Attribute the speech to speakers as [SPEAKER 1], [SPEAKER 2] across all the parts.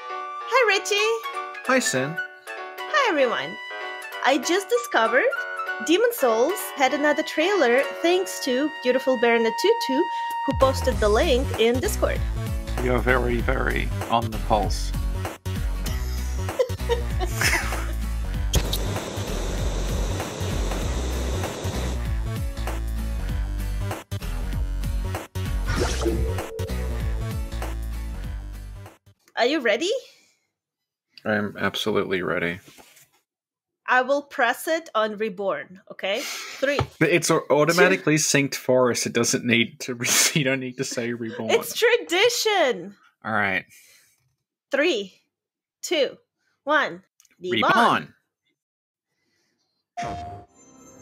[SPEAKER 1] Hi, Richie.
[SPEAKER 2] Hi, Sin.
[SPEAKER 1] Hi, everyone. I just discovered Demon Souls had another trailer thanks to beautiful Baronet Tutu, who posted the link in Discord.
[SPEAKER 2] You're very, very on the pulse.
[SPEAKER 1] Are you ready?
[SPEAKER 2] I'm absolutely ready.
[SPEAKER 1] I will press it on Reborn, okay? Three.
[SPEAKER 2] It's au- automatically synced for us. It doesn't need to. Re- you don't need to say reborn.
[SPEAKER 1] It's tradition!
[SPEAKER 2] All right,
[SPEAKER 1] Three, two, one.
[SPEAKER 2] reborn.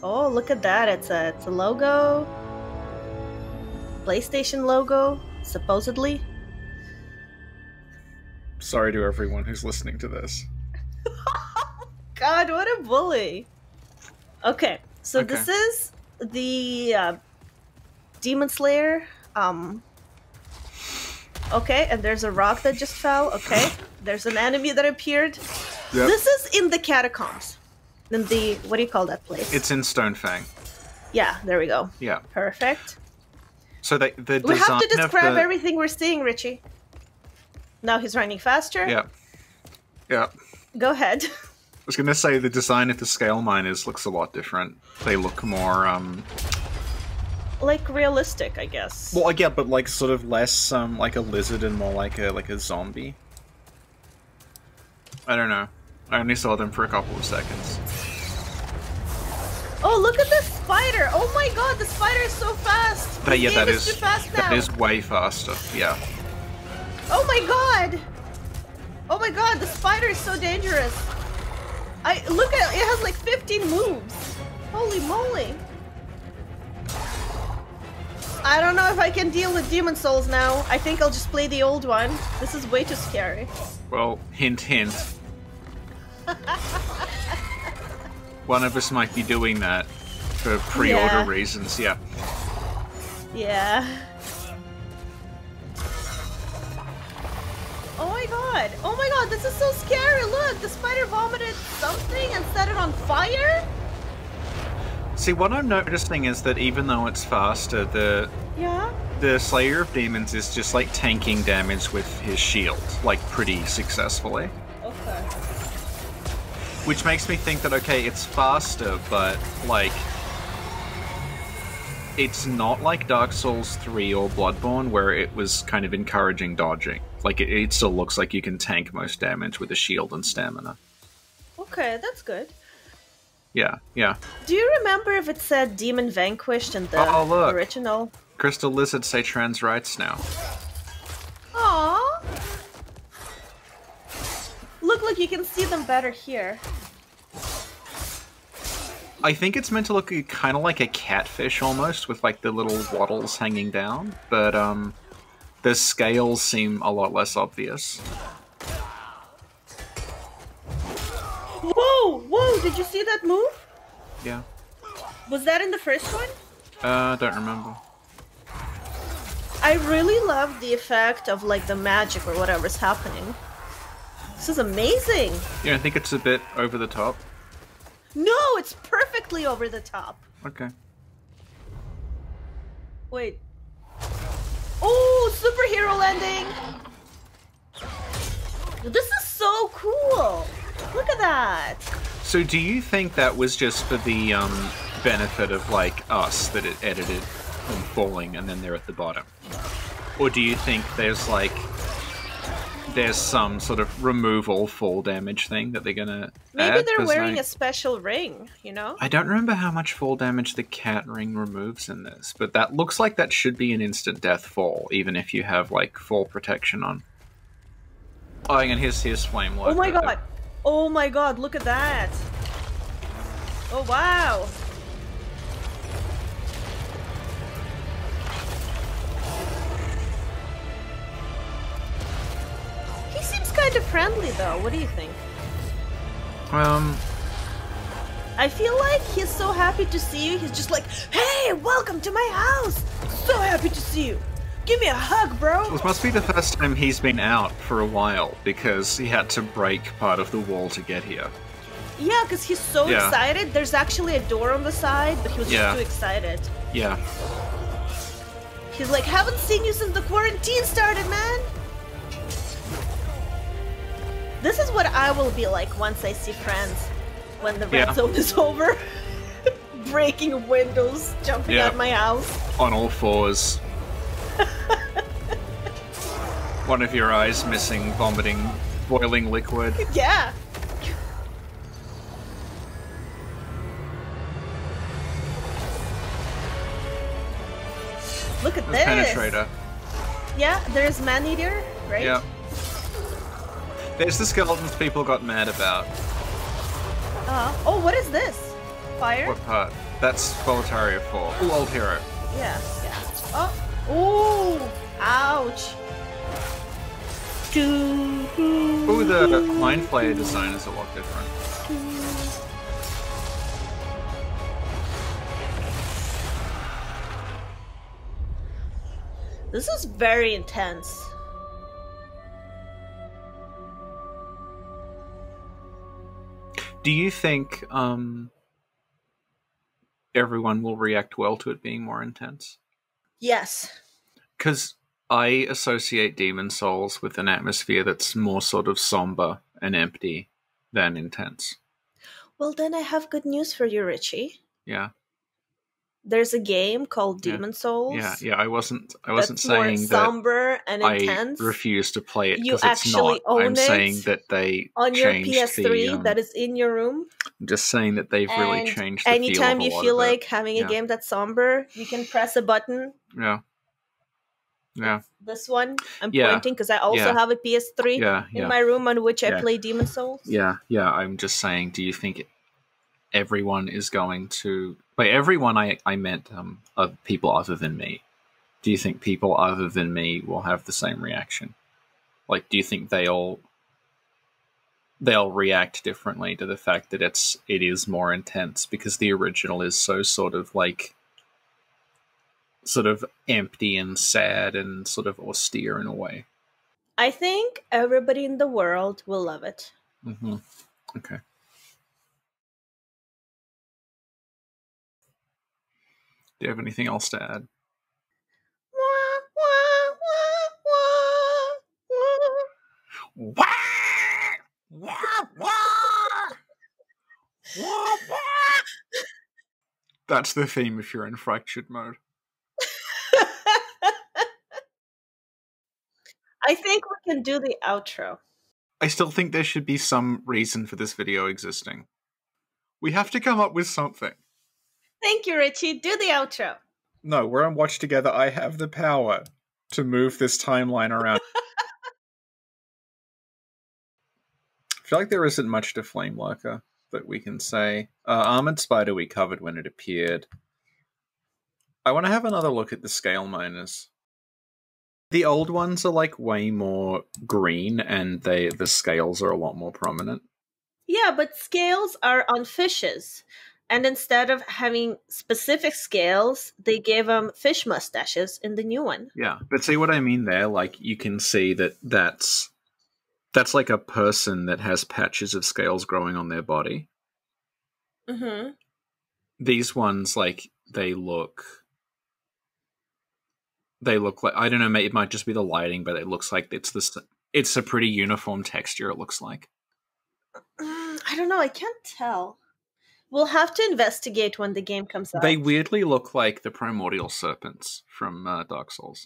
[SPEAKER 1] Oh, look at that. It's a, it's a logo. PlayStation logo, supposedly.
[SPEAKER 2] Sorry to everyone who's listening to this.
[SPEAKER 1] God, what a bully. Okay, so
[SPEAKER 2] Okay.
[SPEAKER 1] this is the uh, Demon Slayer. Um, okay, and there's a rock that just fell. Okay, there's an enemy that appeared.
[SPEAKER 2] Yep.
[SPEAKER 1] This is in the catacombs. In the, what do you call that place?
[SPEAKER 2] It's in Stonefang.
[SPEAKER 1] yeah, there we go.
[SPEAKER 2] Yeah.
[SPEAKER 1] Perfect.
[SPEAKER 2] So they, the
[SPEAKER 1] We
[SPEAKER 2] design
[SPEAKER 1] have to describe
[SPEAKER 2] of the,
[SPEAKER 1] everything we're seeing, Richie. Now he's running faster.
[SPEAKER 2] Yeah. Yeah.
[SPEAKER 1] Go ahead.
[SPEAKER 2] I was going to say the design of the scale miners looks a lot different. They look more um
[SPEAKER 1] like realistic, I guess.
[SPEAKER 2] well, yeah, but like sort of less um like a lizard and more like a like a zombie. I don't know. I only saw them for a couple of seconds.
[SPEAKER 1] Oh, look at this spider! Oh my god, the spider is so fast!
[SPEAKER 2] But
[SPEAKER 1] This
[SPEAKER 2] yeah,
[SPEAKER 1] game
[SPEAKER 2] that is
[SPEAKER 1] too fast now.
[SPEAKER 2] that is way faster. Yeah.
[SPEAKER 1] Oh my god! Oh my god, the spider is so dangerous. I look at it has like 15 moves. Holy moly! I don't know if I can deal with Demon Souls now. I think I'll just play the old one. This is way too scary.
[SPEAKER 2] Well, hint hint. One of us might be doing that for pre-order
[SPEAKER 1] Yeah.
[SPEAKER 2] reasons. Yeah.
[SPEAKER 1] Yeah. Oh my god! Oh my god, this is so scary! Look, the spider vomited something and set it on fire?
[SPEAKER 2] See, what I'm noticing is that even though it's faster, the
[SPEAKER 1] Yeah.
[SPEAKER 2] the Slayer of Demons is just like tanking damage with his shield, like pretty successfully.
[SPEAKER 1] Okay.
[SPEAKER 2] Which makes me think that okay, it's faster, but like it's not like Dark Souls 3 or Bloodborne where it was kind of encouraging dodging. Like it, it still looks like you can tank most damage with a shield and stamina.
[SPEAKER 1] Okay, that's good.
[SPEAKER 2] Yeah, yeah.
[SPEAKER 1] Do you remember if it said Demon Vanquished in the
[SPEAKER 2] Oh, look.
[SPEAKER 1] original?
[SPEAKER 2] Crystal Lizards say trans rights now.
[SPEAKER 1] Aww. Look, look, you can see them better here.
[SPEAKER 2] I think it's meant to look kind of like a catfish almost, with like the little wattles hanging down, but um, the scales seem a lot less obvious.
[SPEAKER 1] Whoa, whoa, did you see that move?
[SPEAKER 2] Yeah,
[SPEAKER 1] Was that in the first one?
[SPEAKER 2] uh, don't remember.
[SPEAKER 1] I really love the effect of like the magic or whatever's happening. This is amazing.
[SPEAKER 2] Yeah, I think it's a bit over the top.
[SPEAKER 1] No, it's perfectly over the top.
[SPEAKER 2] Okay.
[SPEAKER 1] Wait. Oh, superhero landing. This is so cool. Look at that.
[SPEAKER 2] So, do you think that was just for the um, benefit of like us that it edited them falling and then they're at the bottom, or do you think there's like there's some sort of remove all fall damage thing that they're gonna
[SPEAKER 1] Maybe
[SPEAKER 2] add?
[SPEAKER 1] they're
[SPEAKER 2] 'Cause,
[SPEAKER 1] wearing
[SPEAKER 2] like-
[SPEAKER 1] a special ring, you know?
[SPEAKER 2] I don't remember how much fall damage the cat ring removes in this, but that looks like that should be an instant death fall, even if you have like fall protection on. Oh, hang on, here's here's flame light.
[SPEAKER 1] Oh my god. Oh my god, look at that. Oh wow. He seems kind of friendly though. What do you think?
[SPEAKER 2] Um,
[SPEAKER 1] I feel like he's so happy to see you. He's just like, "Hey, welcome to my house. So happy to see you. Give me a hug, bro.
[SPEAKER 2] This must be the first time he's been out for a while because he had to break part of the wall to get here.
[SPEAKER 1] Yeah, because he's so
[SPEAKER 2] Yeah.
[SPEAKER 1] excited. There's actually a door on the side, but he was
[SPEAKER 2] Yeah.
[SPEAKER 1] just too excited.
[SPEAKER 2] Yeah.
[SPEAKER 1] He's like, haven't seen you since the quarantine started, man. This is what I will be like once I see friends when the red
[SPEAKER 2] Yeah.
[SPEAKER 1] zone is over. Breaking windows, jumping
[SPEAKER 2] Yeah.
[SPEAKER 1] out my house.
[SPEAKER 2] on all fours. One of your eyes missing, vomiting, boiling liquid.
[SPEAKER 1] Yeah. Look at
[SPEAKER 2] The
[SPEAKER 1] this.
[SPEAKER 2] penetrator.
[SPEAKER 1] Yeah, there's man eater, right?
[SPEAKER 2] Yeah. There's the skeletons people got mad about.
[SPEAKER 1] Uh, oh, what is this? Fire?
[SPEAKER 2] What part? That's Voltaria 4. Ooh, old hero.
[SPEAKER 1] Yeah, yeah. Oh, ooh, ouch.
[SPEAKER 2] Ooh, the mind flayer design is a lot different.
[SPEAKER 1] This is very intense.
[SPEAKER 2] Do you think um, everyone will react well to it being more intense?
[SPEAKER 1] Yes.
[SPEAKER 2] because I associate Demon Souls with an atmosphere that's more sort of somber and empty than intense.
[SPEAKER 1] Well, then I have good news for you, Richie.
[SPEAKER 2] Yeah,
[SPEAKER 1] There's a game called
[SPEAKER 2] Yeah.
[SPEAKER 1] Demon Souls.
[SPEAKER 2] yeah, yeah. I wasn't, I wasn't
[SPEAKER 1] that's more
[SPEAKER 2] saying that
[SPEAKER 1] somber and
[SPEAKER 2] I
[SPEAKER 1] intense
[SPEAKER 2] refuse to play it
[SPEAKER 1] You
[SPEAKER 2] because it's
[SPEAKER 1] actually
[SPEAKER 2] not. I'm
[SPEAKER 1] own it
[SPEAKER 2] saying that they
[SPEAKER 1] on your
[SPEAKER 2] changed
[SPEAKER 1] PS3
[SPEAKER 2] The, um,
[SPEAKER 1] that is in your room.
[SPEAKER 2] I'm just saying that they've really
[SPEAKER 1] And
[SPEAKER 2] changed. The
[SPEAKER 1] Anytime
[SPEAKER 2] feel of a
[SPEAKER 1] you
[SPEAKER 2] lot
[SPEAKER 1] feel
[SPEAKER 2] of it.
[SPEAKER 1] like having a
[SPEAKER 2] Yeah.
[SPEAKER 1] game that's somber, you can press a button.
[SPEAKER 2] yeah, yeah,
[SPEAKER 1] This one, I'm
[SPEAKER 2] Yeah.
[SPEAKER 1] pointing because I also
[SPEAKER 2] Yeah.
[SPEAKER 1] have a PS3
[SPEAKER 2] yeah,
[SPEAKER 1] in
[SPEAKER 2] yeah.
[SPEAKER 1] my room on which I
[SPEAKER 2] Yeah.
[SPEAKER 1] play Demon Souls.
[SPEAKER 2] Yeah, yeah. I'm just saying. Do you think everyone is going to? By everyone, I I meant um uh, people other than me. Do you think people other than me will have the same reaction? Like, do you think they all they'll react differently to the fact that it's it is more intense because the original is so sort of like sort of empty and sad and sort of austere in a way.
[SPEAKER 1] I think everybody in the world will love it.
[SPEAKER 2] Mm-hmm. Okay. Do you have anything else to add?
[SPEAKER 1] Wah, wah, wah, wah, wah.
[SPEAKER 2] Wah! Wah! Wah! Wah! Wah! That's the theme if you're in fractured mode.
[SPEAKER 1] I think we can do the outro.
[SPEAKER 2] I still think there should be some reason for this video existing. We have to come up with something.
[SPEAKER 1] Thank you, Richie. Do the outro.
[SPEAKER 2] No, we're on Watch Together. I have the power to move this timeline around. I feel like there isn't much to Flame Lurker that we can say. Uh, Armored Spider we covered when it appeared. I want to have another look at the scale miners. The old ones are like way more green, and they the scales are a lot more prominent.
[SPEAKER 1] Yeah, but scales are on fishes. And instead of having specific scales, they gave them fish mustaches in the new one.
[SPEAKER 2] Yeah, but see what I mean there? Like you can see that that's that's like a person that has patches of scales growing on their body.
[SPEAKER 1] Mm-hmm.
[SPEAKER 2] These ones, like they look, they look like I don't know. may- It might just be the lighting, but it looks like it's this. It's a pretty uniform texture. It looks like.
[SPEAKER 1] Mm, I don't know. I can't tell. We'll have to investigate when the game comes out.
[SPEAKER 2] They weirdly look like the primordial serpents from uh, Dark Souls.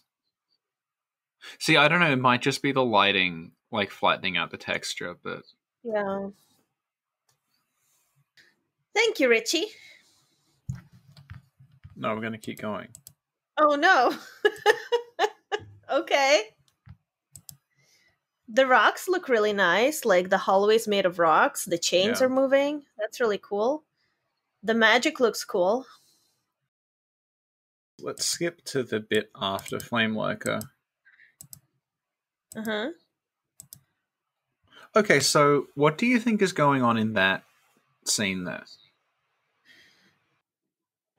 [SPEAKER 2] See, I don't know. It might just be the lighting, like flattening out the texture, but
[SPEAKER 1] yeah. Thank you, Richie.
[SPEAKER 2] no, we're gonna keep going.
[SPEAKER 1] Oh no. okay. The rocks look really nice. Like the hallway's made of rocks. The chains
[SPEAKER 2] Yeah.
[SPEAKER 1] are moving. That's really cool. The magic looks cool.
[SPEAKER 2] let's skip to the bit after Flame Lurker.
[SPEAKER 1] Uh-huh.
[SPEAKER 2] Okay, so what do you think is going on in that scene there?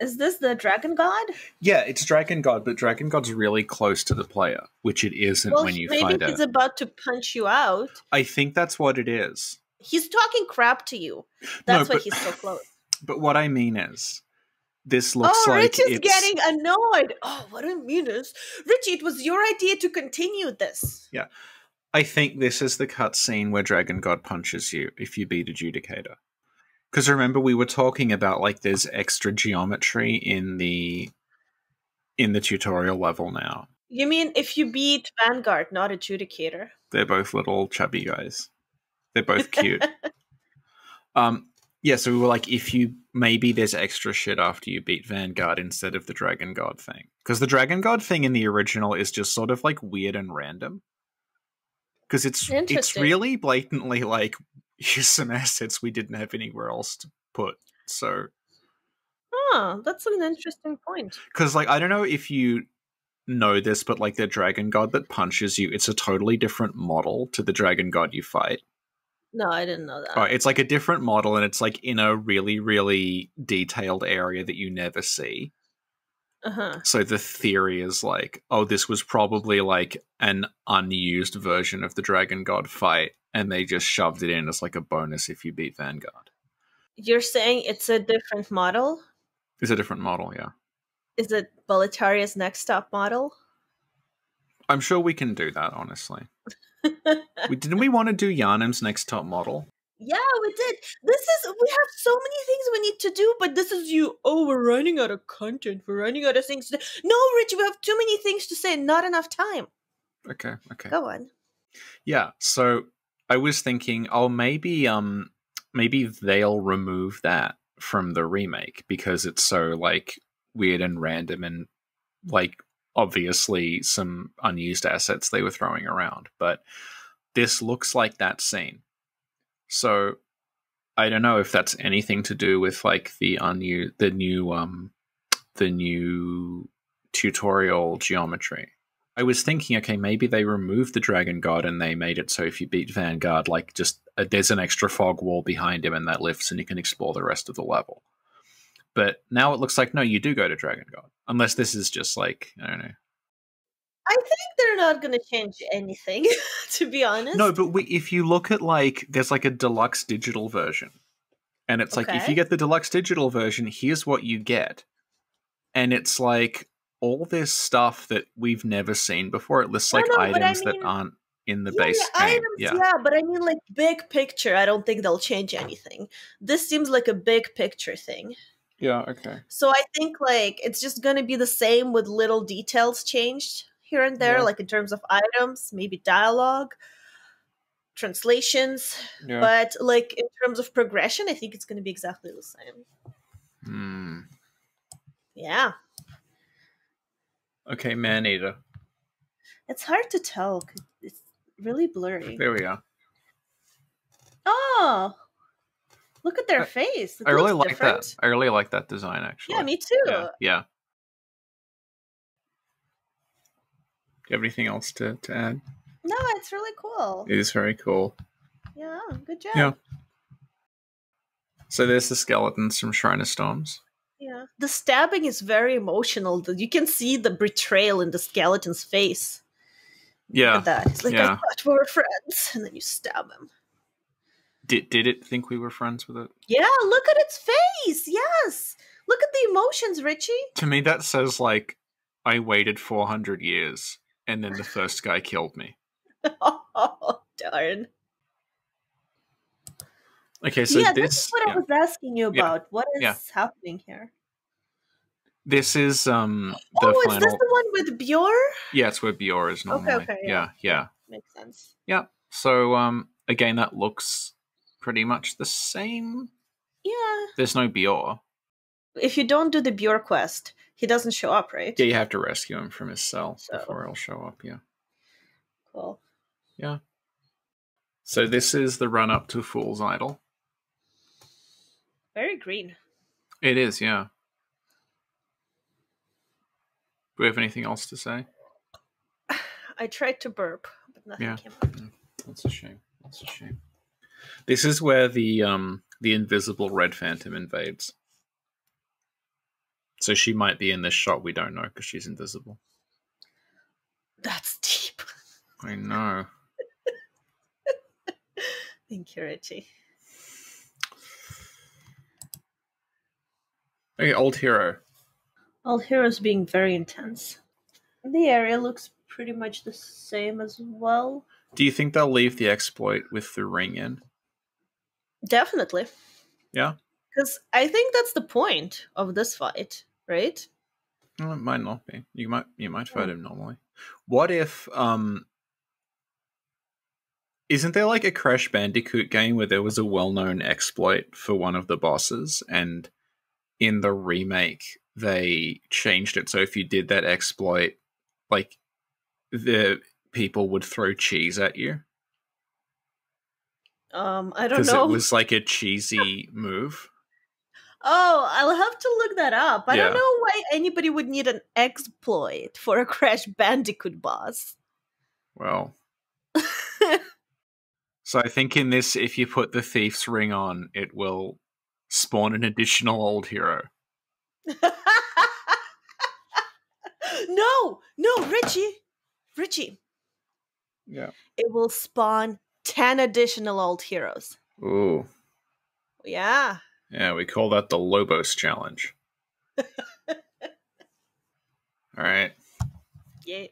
[SPEAKER 1] Is this the dragon god?
[SPEAKER 2] Yeah, it's Dragon God, but Dragon God's really close to the player, which it isn't
[SPEAKER 1] well,
[SPEAKER 2] when you
[SPEAKER 1] maybe
[SPEAKER 2] find
[SPEAKER 1] he's
[SPEAKER 2] out.
[SPEAKER 1] about to punch you out.
[SPEAKER 2] I think that's what it is.
[SPEAKER 1] He's talking crap to you. That's why
[SPEAKER 2] but-
[SPEAKER 1] he's so close.
[SPEAKER 2] But what I mean is, this looks
[SPEAKER 1] oh,
[SPEAKER 2] like
[SPEAKER 1] Rich is
[SPEAKER 2] it's
[SPEAKER 1] getting annoyed. Oh, what I mean is, Richie, it was your idea to continue this.
[SPEAKER 2] I think this is the cutscene where Dragon God punches you if you beat Adjudicator. Because remember, we were talking about like there's extra geometry in the in the tutorial level now.
[SPEAKER 1] You mean if you beat Vanguard, not Adjudicator?
[SPEAKER 2] They're both little chubby guys. They're both cute. um, yeah, so we were like, if you maybe there's extra shit after you beat Vanguard instead of the Dragon God thing, because the Dragon God thing in the original is just sort of like weird and random. Because it's it's
[SPEAKER 1] Interesting.
[SPEAKER 2] really blatantly like here's some assets we didn't have anywhere else to put. So
[SPEAKER 1] Huh, that's an interesting point.
[SPEAKER 2] because like i don't know if you know this but like the dragon god that punches you it's a totally different model to the dragon god you fight
[SPEAKER 1] No, I didn't know that.
[SPEAKER 2] Uh, it's like a different model and it's like in a really really detailed area that you never see
[SPEAKER 1] Uh-huh.
[SPEAKER 2] so the theory is like oh this was probably like an unused version of the dragon god fight and they just shoved it in as like a bonus if you beat vanguard
[SPEAKER 1] You're saying it's a different model?
[SPEAKER 2] it's a different model yeah
[SPEAKER 1] Is it Boletaria's next top model?
[SPEAKER 2] i'm sure we can do that honestly we didn't we want to do yarnum's next top model
[SPEAKER 1] Yeah, we did. This is we have so many things we need to do, but this is you. Oh, we're running out of content. We're running out of things. To do. No, Rich, we have too many things to say. Not enough time.
[SPEAKER 2] okay okay
[SPEAKER 1] Go on.
[SPEAKER 2] Yeah, so I was thinking, oh, maybe, um, maybe they'll remove that from the remake because it's so like weird and random and like obviously some unused assets they were throwing around. But this looks like that scene, so I don't know if that's anything to do with like the unused, the new, um, the new tutorial geometry. I was thinking, okay, maybe they removed the Dragon God and they made it so if you beat Vanguard, like just uh, there's an extra fog wall behind him and that lifts and you can explore the rest of the level. But now it looks like no, you do go to Dragon God, unless this is just like I don't know.
[SPEAKER 1] I think they're not gonna change anything, to be honest.
[SPEAKER 2] No, but we, if you look at like there's like a deluxe digital version, and it's like if
[SPEAKER 1] Okay.
[SPEAKER 2] you get the deluxe digital version, here's what you get, and it's like all this stuff that we've never seen before. It lists
[SPEAKER 1] No,
[SPEAKER 2] like
[SPEAKER 1] no, but I
[SPEAKER 2] items that
[SPEAKER 1] mean-
[SPEAKER 2] aren't in the
[SPEAKER 1] yeah,
[SPEAKER 2] base
[SPEAKER 1] yeah,
[SPEAKER 2] game.
[SPEAKER 1] items, yeah. but I mean, like big picture. I don't think they'll change anything. This seems like a big picture thing.
[SPEAKER 2] yeah, okay.
[SPEAKER 1] So I think like it's just gonna be the same with little details changed here and there,
[SPEAKER 2] Yeah.
[SPEAKER 1] like in terms of items, maybe dialogue, translations.
[SPEAKER 2] Yeah.
[SPEAKER 1] But like in terms of progression, I think it's gonna be exactly the same.
[SPEAKER 2] Hmm.
[SPEAKER 1] Yeah.
[SPEAKER 2] Okay, man eater.
[SPEAKER 1] It's hard to tell 'cause it's really blurry.
[SPEAKER 2] There we are.
[SPEAKER 1] Oh look at their
[SPEAKER 2] I-
[SPEAKER 1] face. It
[SPEAKER 2] I really
[SPEAKER 1] looks
[SPEAKER 2] like
[SPEAKER 1] different.
[SPEAKER 2] that. I really like that design actually.
[SPEAKER 1] Yeah, me too.
[SPEAKER 2] Yeah. yeah. Do you have anything else to, to add?
[SPEAKER 1] No, it's really cool.
[SPEAKER 2] It is very cool.
[SPEAKER 1] Yeah, good job.
[SPEAKER 2] Yeah. So there's the skeletons from Shrine of Storms.
[SPEAKER 1] Yeah. The stabbing is very emotional. The- You can see the betrayal in the skeleton's face.
[SPEAKER 2] Yeah.
[SPEAKER 1] At that. It's like, I
[SPEAKER 2] yeah.
[SPEAKER 1] thought we were friends. And then you stab him.
[SPEAKER 2] Did did it think we were friends with it?
[SPEAKER 1] Yeah, look at its face. Yes. Look at the emotions, Richie.
[SPEAKER 2] To me that says like I waited four hundred years and then the first guy killed me.
[SPEAKER 1] Oh, darn.
[SPEAKER 2] Okay, so
[SPEAKER 1] yeah,
[SPEAKER 2] this
[SPEAKER 1] this is what
[SPEAKER 2] yeah.
[SPEAKER 1] I was asking you
[SPEAKER 2] Yeah.
[SPEAKER 1] about. What is
[SPEAKER 2] Yeah.
[SPEAKER 1] happening here?
[SPEAKER 2] this is um the
[SPEAKER 1] oh,
[SPEAKER 2] final
[SPEAKER 1] is this the one with Bjorn?
[SPEAKER 2] Yeah, it's where Bior is normally.
[SPEAKER 1] okay,
[SPEAKER 2] yeah.
[SPEAKER 1] yeah.
[SPEAKER 2] yeah.
[SPEAKER 1] Makes sense.
[SPEAKER 2] So um again that looks pretty much the same.
[SPEAKER 1] Yeah.
[SPEAKER 2] There's no Bior.
[SPEAKER 1] If you don't do the Bjorn quest, he doesn't show up, right?
[SPEAKER 2] Yeah, you have to rescue him from his cell
[SPEAKER 1] So-
[SPEAKER 2] before he'll show up, yeah.
[SPEAKER 1] Cool.
[SPEAKER 2] So this is the run up to Fool's Idol.
[SPEAKER 1] Very green.
[SPEAKER 2] It is, yeah. Do we have anything else to say?
[SPEAKER 1] I tried to burp, but nothing
[SPEAKER 2] Yeah.
[SPEAKER 1] came up.
[SPEAKER 2] That's a shame. That's a shame. This is where the um the invisible red phantom invades. So she might be in this shot. We don't know because she's invisible.
[SPEAKER 1] That's deep.
[SPEAKER 2] I know.
[SPEAKER 1] Thank you, Richie.
[SPEAKER 2] Okay, old hero.
[SPEAKER 1] All heroes being very intense. The area looks pretty much the same as well.
[SPEAKER 2] Do you think they'll leave the exploit with the ring in?
[SPEAKER 1] Definitely.
[SPEAKER 2] Yeah.
[SPEAKER 1] Because I think that's the point of this fight, right?
[SPEAKER 2] Well, it might not be. You might you might
[SPEAKER 1] Hmm.
[SPEAKER 2] fight him normally. What if um isn't there like a Crash Bandicoot game where there was a well-known exploit for one of the bosses and in the remake they changed it so if you did that exploit like the people would throw cheese at you
[SPEAKER 1] Um, I don't
[SPEAKER 2] because it
[SPEAKER 1] know.
[SPEAKER 2] was like a cheesy move.
[SPEAKER 1] Oh, I'll have to look that up. I
[SPEAKER 2] Yeah.
[SPEAKER 1] don't know why anybody would need an exploit for a Crash Bandicoot boss.
[SPEAKER 2] Well, so I think in this, if you put the thief's ring on, it will spawn an additional old hero.
[SPEAKER 1] no, no, Richie, Richie,
[SPEAKER 2] Yeah.
[SPEAKER 1] it will spawn ten additional old heroes.
[SPEAKER 2] Ooh.
[SPEAKER 1] Yeah,
[SPEAKER 2] Yeah, we call that the Lobos challenge. All right,
[SPEAKER 1] yeah.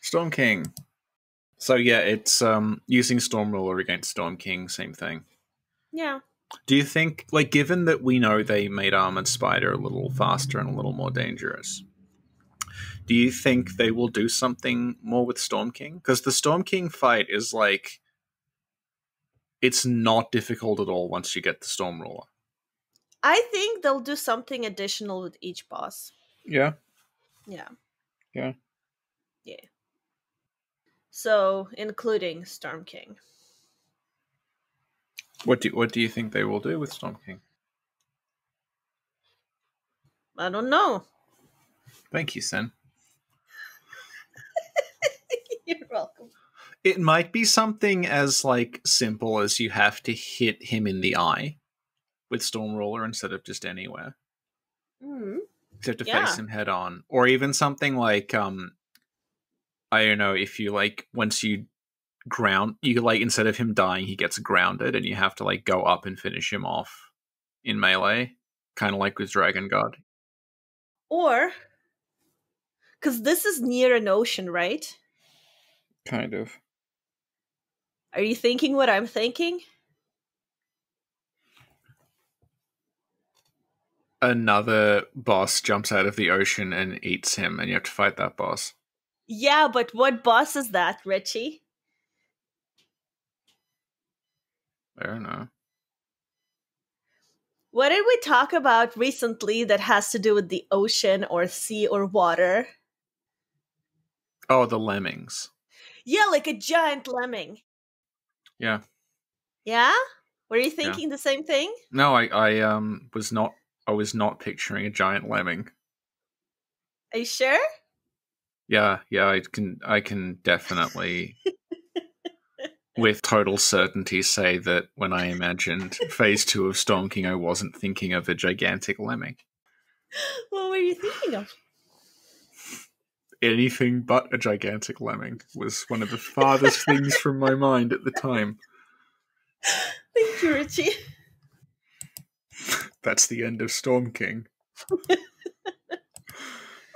[SPEAKER 2] Storm King. So yeah, it's um using Storm Ruler against Storm King, same thing.
[SPEAKER 1] Yeah.
[SPEAKER 2] Do you think, like, given that we know they made Armored Spider a little faster and a little more dangerous, do you think they will do something more with Storm King? Because the Storm King fight is like, it's not difficult at all once you get the Storm Ruler.
[SPEAKER 1] I think they'll do something additional with each boss.
[SPEAKER 2] Yeah.
[SPEAKER 1] Yeah.
[SPEAKER 2] Yeah.
[SPEAKER 1] Yeah. So, including Storm King.
[SPEAKER 2] What do What do you think they will do with Storm King?
[SPEAKER 1] I don't know.
[SPEAKER 2] Thank you, Sen.
[SPEAKER 1] You're welcome.
[SPEAKER 2] It might be something as like simple as you have to hit him in the eye with Storm Ruler instead of just anywhere.
[SPEAKER 1] hmm
[SPEAKER 2] to have to
[SPEAKER 1] Yeah.
[SPEAKER 2] face him head on or even something like um i don't know if you like once you ground you like instead of him dying he gets grounded and you have to like go up and finish him off in melee kind of like with dragon god
[SPEAKER 1] Or, because this is near an ocean, right?
[SPEAKER 2] kind of
[SPEAKER 1] Are you thinking what I'm thinking?
[SPEAKER 2] another boss jumps out of the ocean and eats him and you have to fight that boss
[SPEAKER 1] Yeah, but what boss is that, Richie?
[SPEAKER 2] i don't know
[SPEAKER 1] What did we talk about recently that has to do with the ocean or sea or water?
[SPEAKER 2] oh the lemmings
[SPEAKER 1] Yeah, like a giant lemming.
[SPEAKER 2] Yeah.
[SPEAKER 1] Yeah? Were you
[SPEAKER 2] Yeah.
[SPEAKER 1] thinking the same thing?
[SPEAKER 2] no i i um was not i was not picturing a giant lemming
[SPEAKER 1] Are you sure?
[SPEAKER 2] Yeah, yeah, I can I can definitely with total certainty say that when I imagined phase two of Storm King I wasn't thinking of a gigantic lemming.
[SPEAKER 1] What were you thinking of?
[SPEAKER 2] Anything but a gigantic lemming was one of the farthest things from my mind at the time.
[SPEAKER 1] Thank you, Richie.
[SPEAKER 2] That's the end of Storm King.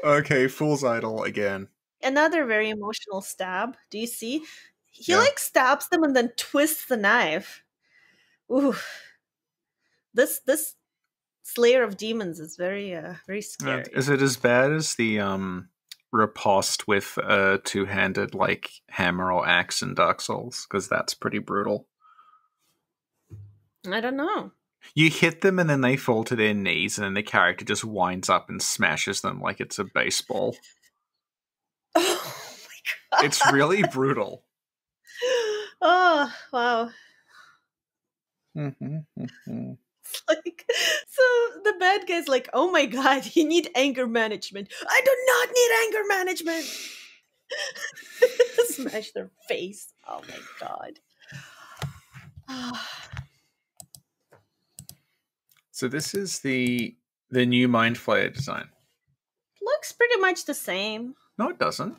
[SPEAKER 2] okay, Fool's Idol again.
[SPEAKER 1] Another very emotional stab. Do you see? He
[SPEAKER 2] Yeah.
[SPEAKER 1] like stabs them and then twists the knife. Ooh. This this slayer of demons is very uh very scary.
[SPEAKER 2] Is it as bad as the um riposte with a two-handed like hammer or axe in Dark Souls? Because that's pretty brutal.
[SPEAKER 1] I don't know.
[SPEAKER 2] You hit them and then they fall to their knees, and then the character just winds up and smashes them like it's a baseball.
[SPEAKER 1] Oh my god.
[SPEAKER 2] It's really brutal.
[SPEAKER 1] Oh wow.
[SPEAKER 2] Mm-hmm,
[SPEAKER 1] It's like so the bad guy's like, oh my god, you need anger management. I do not need anger management. Smash their face. Oh my god. Ah,
[SPEAKER 2] So this is the the new Mind Flayer design.
[SPEAKER 1] Looks pretty much the same.
[SPEAKER 2] No, it doesn't.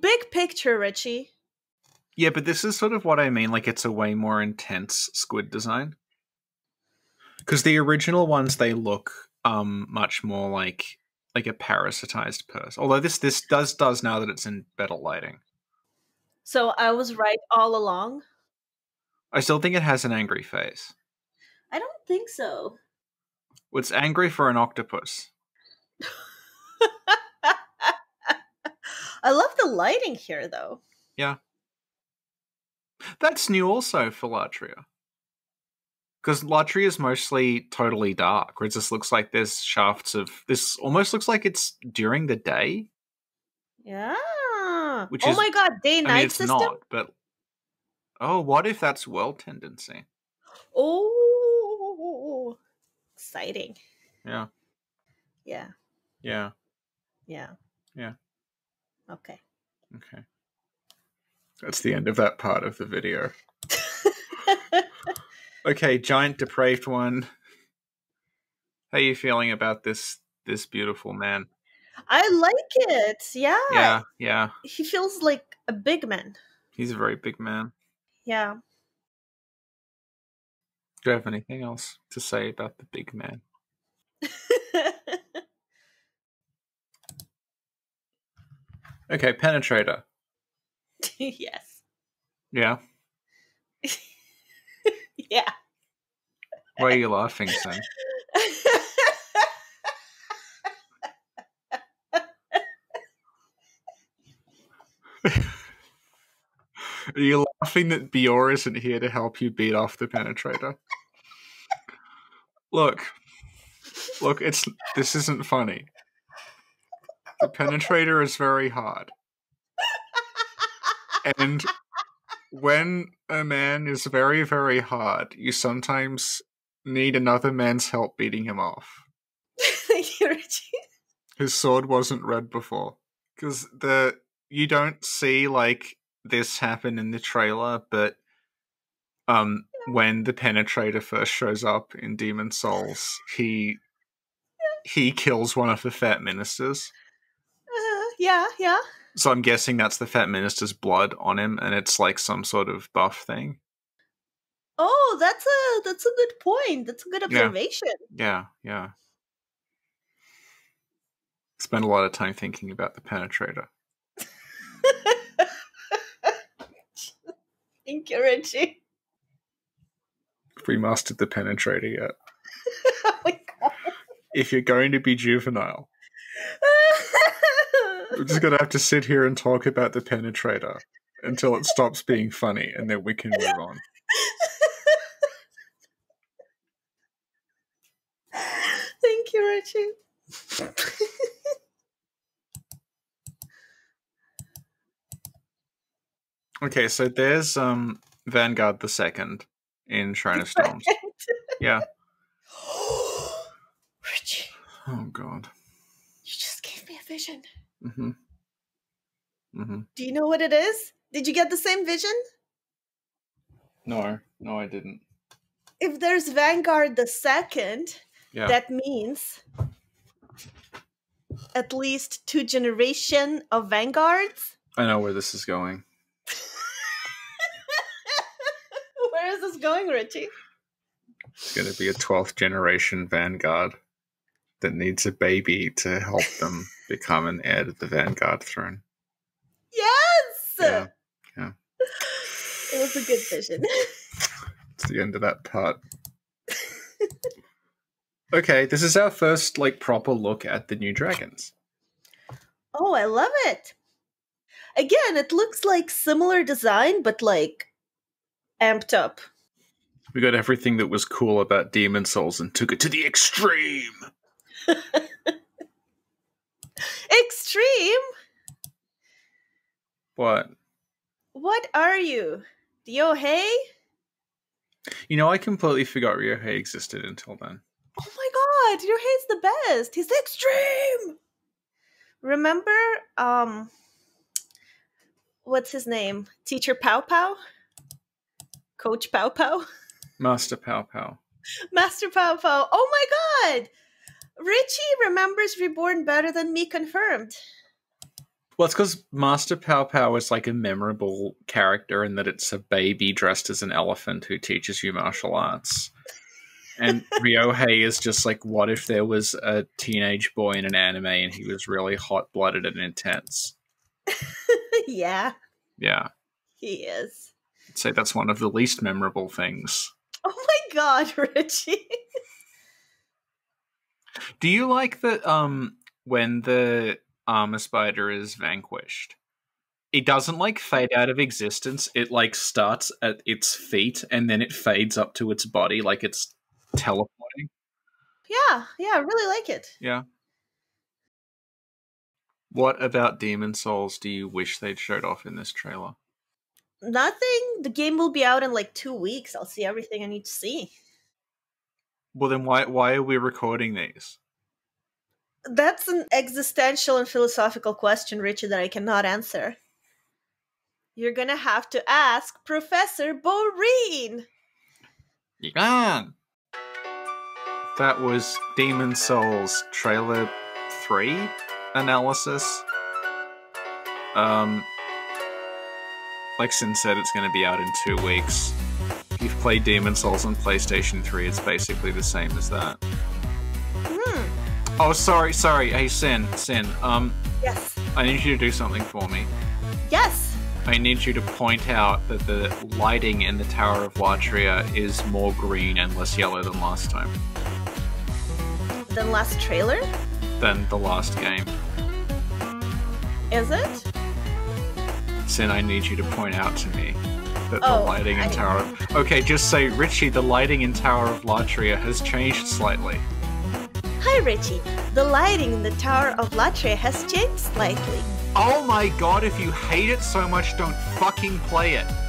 [SPEAKER 1] Big picture, Richie.
[SPEAKER 2] Yeah, but this is sort of what I mean. Like, it's a way more intense squid design. Because the original ones, they look um much more like like a parasitized person. Although this this does does now that it's in better lighting.
[SPEAKER 1] So I was right all along.
[SPEAKER 2] I still think it has an angry face.
[SPEAKER 1] I don't think so.
[SPEAKER 2] It's angry for an octopus.
[SPEAKER 1] I love the lighting here, though.
[SPEAKER 2] That's new also for Latria. Because Latria is mostly totally dark, where it just looks like there's shafts of this almost looks like it's during the day.
[SPEAKER 1] Yeah.
[SPEAKER 2] Which
[SPEAKER 1] oh
[SPEAKER 2] is-
[SPEAKER 1] my god, day
[SPEAKER 2] I
[SPEAKER 1] night
[SPEAKER 2] mean, it's
[SPEAKER 1] system.
[SPEAKER 2] not, but oh, what if that's world tendency?
[SPEAKER 1] Oh, exciting!
[SPEAKER 2] Yeah,
[SPEAKER 1] Yeah,
[SPEAKER 2] yeah,
[SPEAKER 1] yeah,
[SPEAKER 2] Yeah.
[SPEAKER 1] Okay.
[SPEAKER 2] okay. That's the end of that part of the video. Okay, giant depraved one. How you feeling about this this beautiful man?
[SPEAKER 1] I like it. Yeah.
[SPEAKER 2] Yeah, yeah.
[SPEAKER 1] he feels like a big man.
[SPEAKER 2] He's a very big man.
[SPEAKER 1] Yeah.
[SPEAKER 2] Do you have anything else to say about the big man? Okay, penetrator.
[SPEAKER 1] yes.
[SPEAKER 2] Yeah.
[SPEAKER 1] Yeah.
[SPEAKER 2] Why are you laughing, son? Are you laughing that Bior isn't here to help you beat off the penetrator? Look. Look, it's this isn't funny. The penetrator is very hard. And when a man is very, very hard, you sometimes need another man's help beating him off.
[SPEAKER 1] Thank you, Richie.
[SPEAKER 2] his sword wasn't red before because the you don't see like this happen in the trailer but um when the penetrator first shows up in demon souls he he kills one of the fat ministers
[SPEAKER 1] Uh, yeah, yeah.
[SPEAKER 2] so i'm guessing that's the fat minister's blood on him and it's like some sort of buff thing
[SPEAKER 1] Oh, that's a that's a good point. That's a good
[SPEAKER 2] Yeah.
[SPEAKER 1] observation.
[SPEAKER 2] yeah yeah spend a lot of time thinking about the penetrator
[SPEAKER 1] Thank you, Richie.
[SPEAKER 2] Have we mastered the penetrator yet
[SPEAKER 1] Oh my god.
[SPEAKER 2] if you're going to be juvenile We're just gonna have to sit here and talk about the penetrator until it stops being funny, and then we can move on.
[SPEAKER 1] Thank you, Richie.
[SPEAKER 2] Okay, so there's um Vanguard the Second in Shrine of Storms. Yeah.
[SPEAKER 1] Richie,
[SPEAKER 2] Oh God.
[SPEAKER 1] you just gave me a vision.
[SPEAKER 2] Mm-hmm. Mm-hmm.
[SPEAKER 1] Do you know what it is? Did you get the same vision?
[SPEAKER 2] No, no, I didn't.
[SPEAKER 1] If there's Vanguard the second,
[SPEAKER 2] Yeah.
[SPEAKER 1] that means at least two generation of Vanguards.
[SPEAKER 2] I know where this is going.
[SPEAKER 1] Where is this going, Richie?
[SPEAKER 2] It's gonna be a twelfth generation Vanguard that needs a baby to help them become an heir to the Vanguard throne.
[SPEAKER 1] Yes.
[SPEAKER 2] Yeah, yeah.
[SPEAKER 1] It was a good vision.
[SPEAKER 2] It's the end of that part. okay, this is our first like proper look at the new dragons.
[SPEAKER 1] Oh, I love it. Again, it looks like similar design, but like amped up.
[SPEAKER 2] We got everything that was cool about Demon Souls and took it to the extreme.
[SPEAKER 1] Extreme?
[SPEAKER 2] What?
[SPEAKER 1] What are you? The Ohei?
[SPEAKER 2] You know, I completely forgot Ryohei existed until then.
[SPEAKER 1] Oh my god, your is the best. He's extreme. Remember um what's his name? Teacher Pow Pow? Coach Pow Pow?
[SPEAKER 2] Master Pow Pow.
[SPEAKER 1] Master Pow Pow. Oh my god! Richie remembers Reborn better than me confirmed.
[SPEAKER 2] Well, it's because Master Pow Pow is like a memorable character in that it's a baby dressed as an elephant who teaches you martial arts. And Ryohei is just like, what if there was a teenage boy in an anime and he was really hot blooded and intense?
[SPEAKER 1] yeah,
[SPEAKER 2] Yeah.
[SPEAKER 1] he is.
[SPEAKER 2] I'd say that's one of the least memorable things.
[SPEAKER 1] Oh my god, Richie.
[SPEAKER 2] Do you like that um when the armor spider is vanquished? It doesn't like fade out of existence. It like starts at its feet and then it fades up to its body like it's teleporting.
[SPEAKER 1] Yeah, yeah, I really like it.
[SPEAKER 2] What about Demon Souls do you wish they'd showed off in this trailer?
[SPEAKER 1] Nothing. The game will be out in like two weeks. I'll see everything I need to see.
[SPEAKER 2] Well then why why are we recording these?
[SPEAKER 1] That's an existential and philosophical question, Richie, that I cannot answer. You're gonna have to ask Professor Boreen.
[SPEAKER 2] Yeah. That was Demon Souls trailer 3 analysis. Um Lexin said it's going to be out in 2 weeks. If you've played Demon Souls on PlayStation 3, it's basically the same as that.
[SPEAKER 1] Hmm.
[SPEAKER 2] Oh, sorry, sorry. Hey Sin, Sin. Um
[SPEAKER 1] Yes.
[SPEAKER 2] I need you to do something for me.
[SPEAKER 1] Yes.
[SPEAKER 2] I need you to point out that the lighting in the Tower of Latria is more green and less yellow than last time,
[SPEAKER 1] Then last trailer?
[SPEAKER 2] than the last game.
[SPEAKER 1] Is it?
[SPEAKER 2] Sin, I need you to point out to me that
[SPEAKER 1] Oh,
[SPEAKER 2] the lighting in
[SPEAKER 1] I-
[SPEAKER 2] Tower of... Okay, just say, Richie, the lighting in Tower of Latria has changed slightly.
[SPEAKER 1] Hi, Richie. The lighting in the Tower of Latre has changed slightly.
[SPEAKER 2] Oh my god, if you hate it so much, don't fucking play it.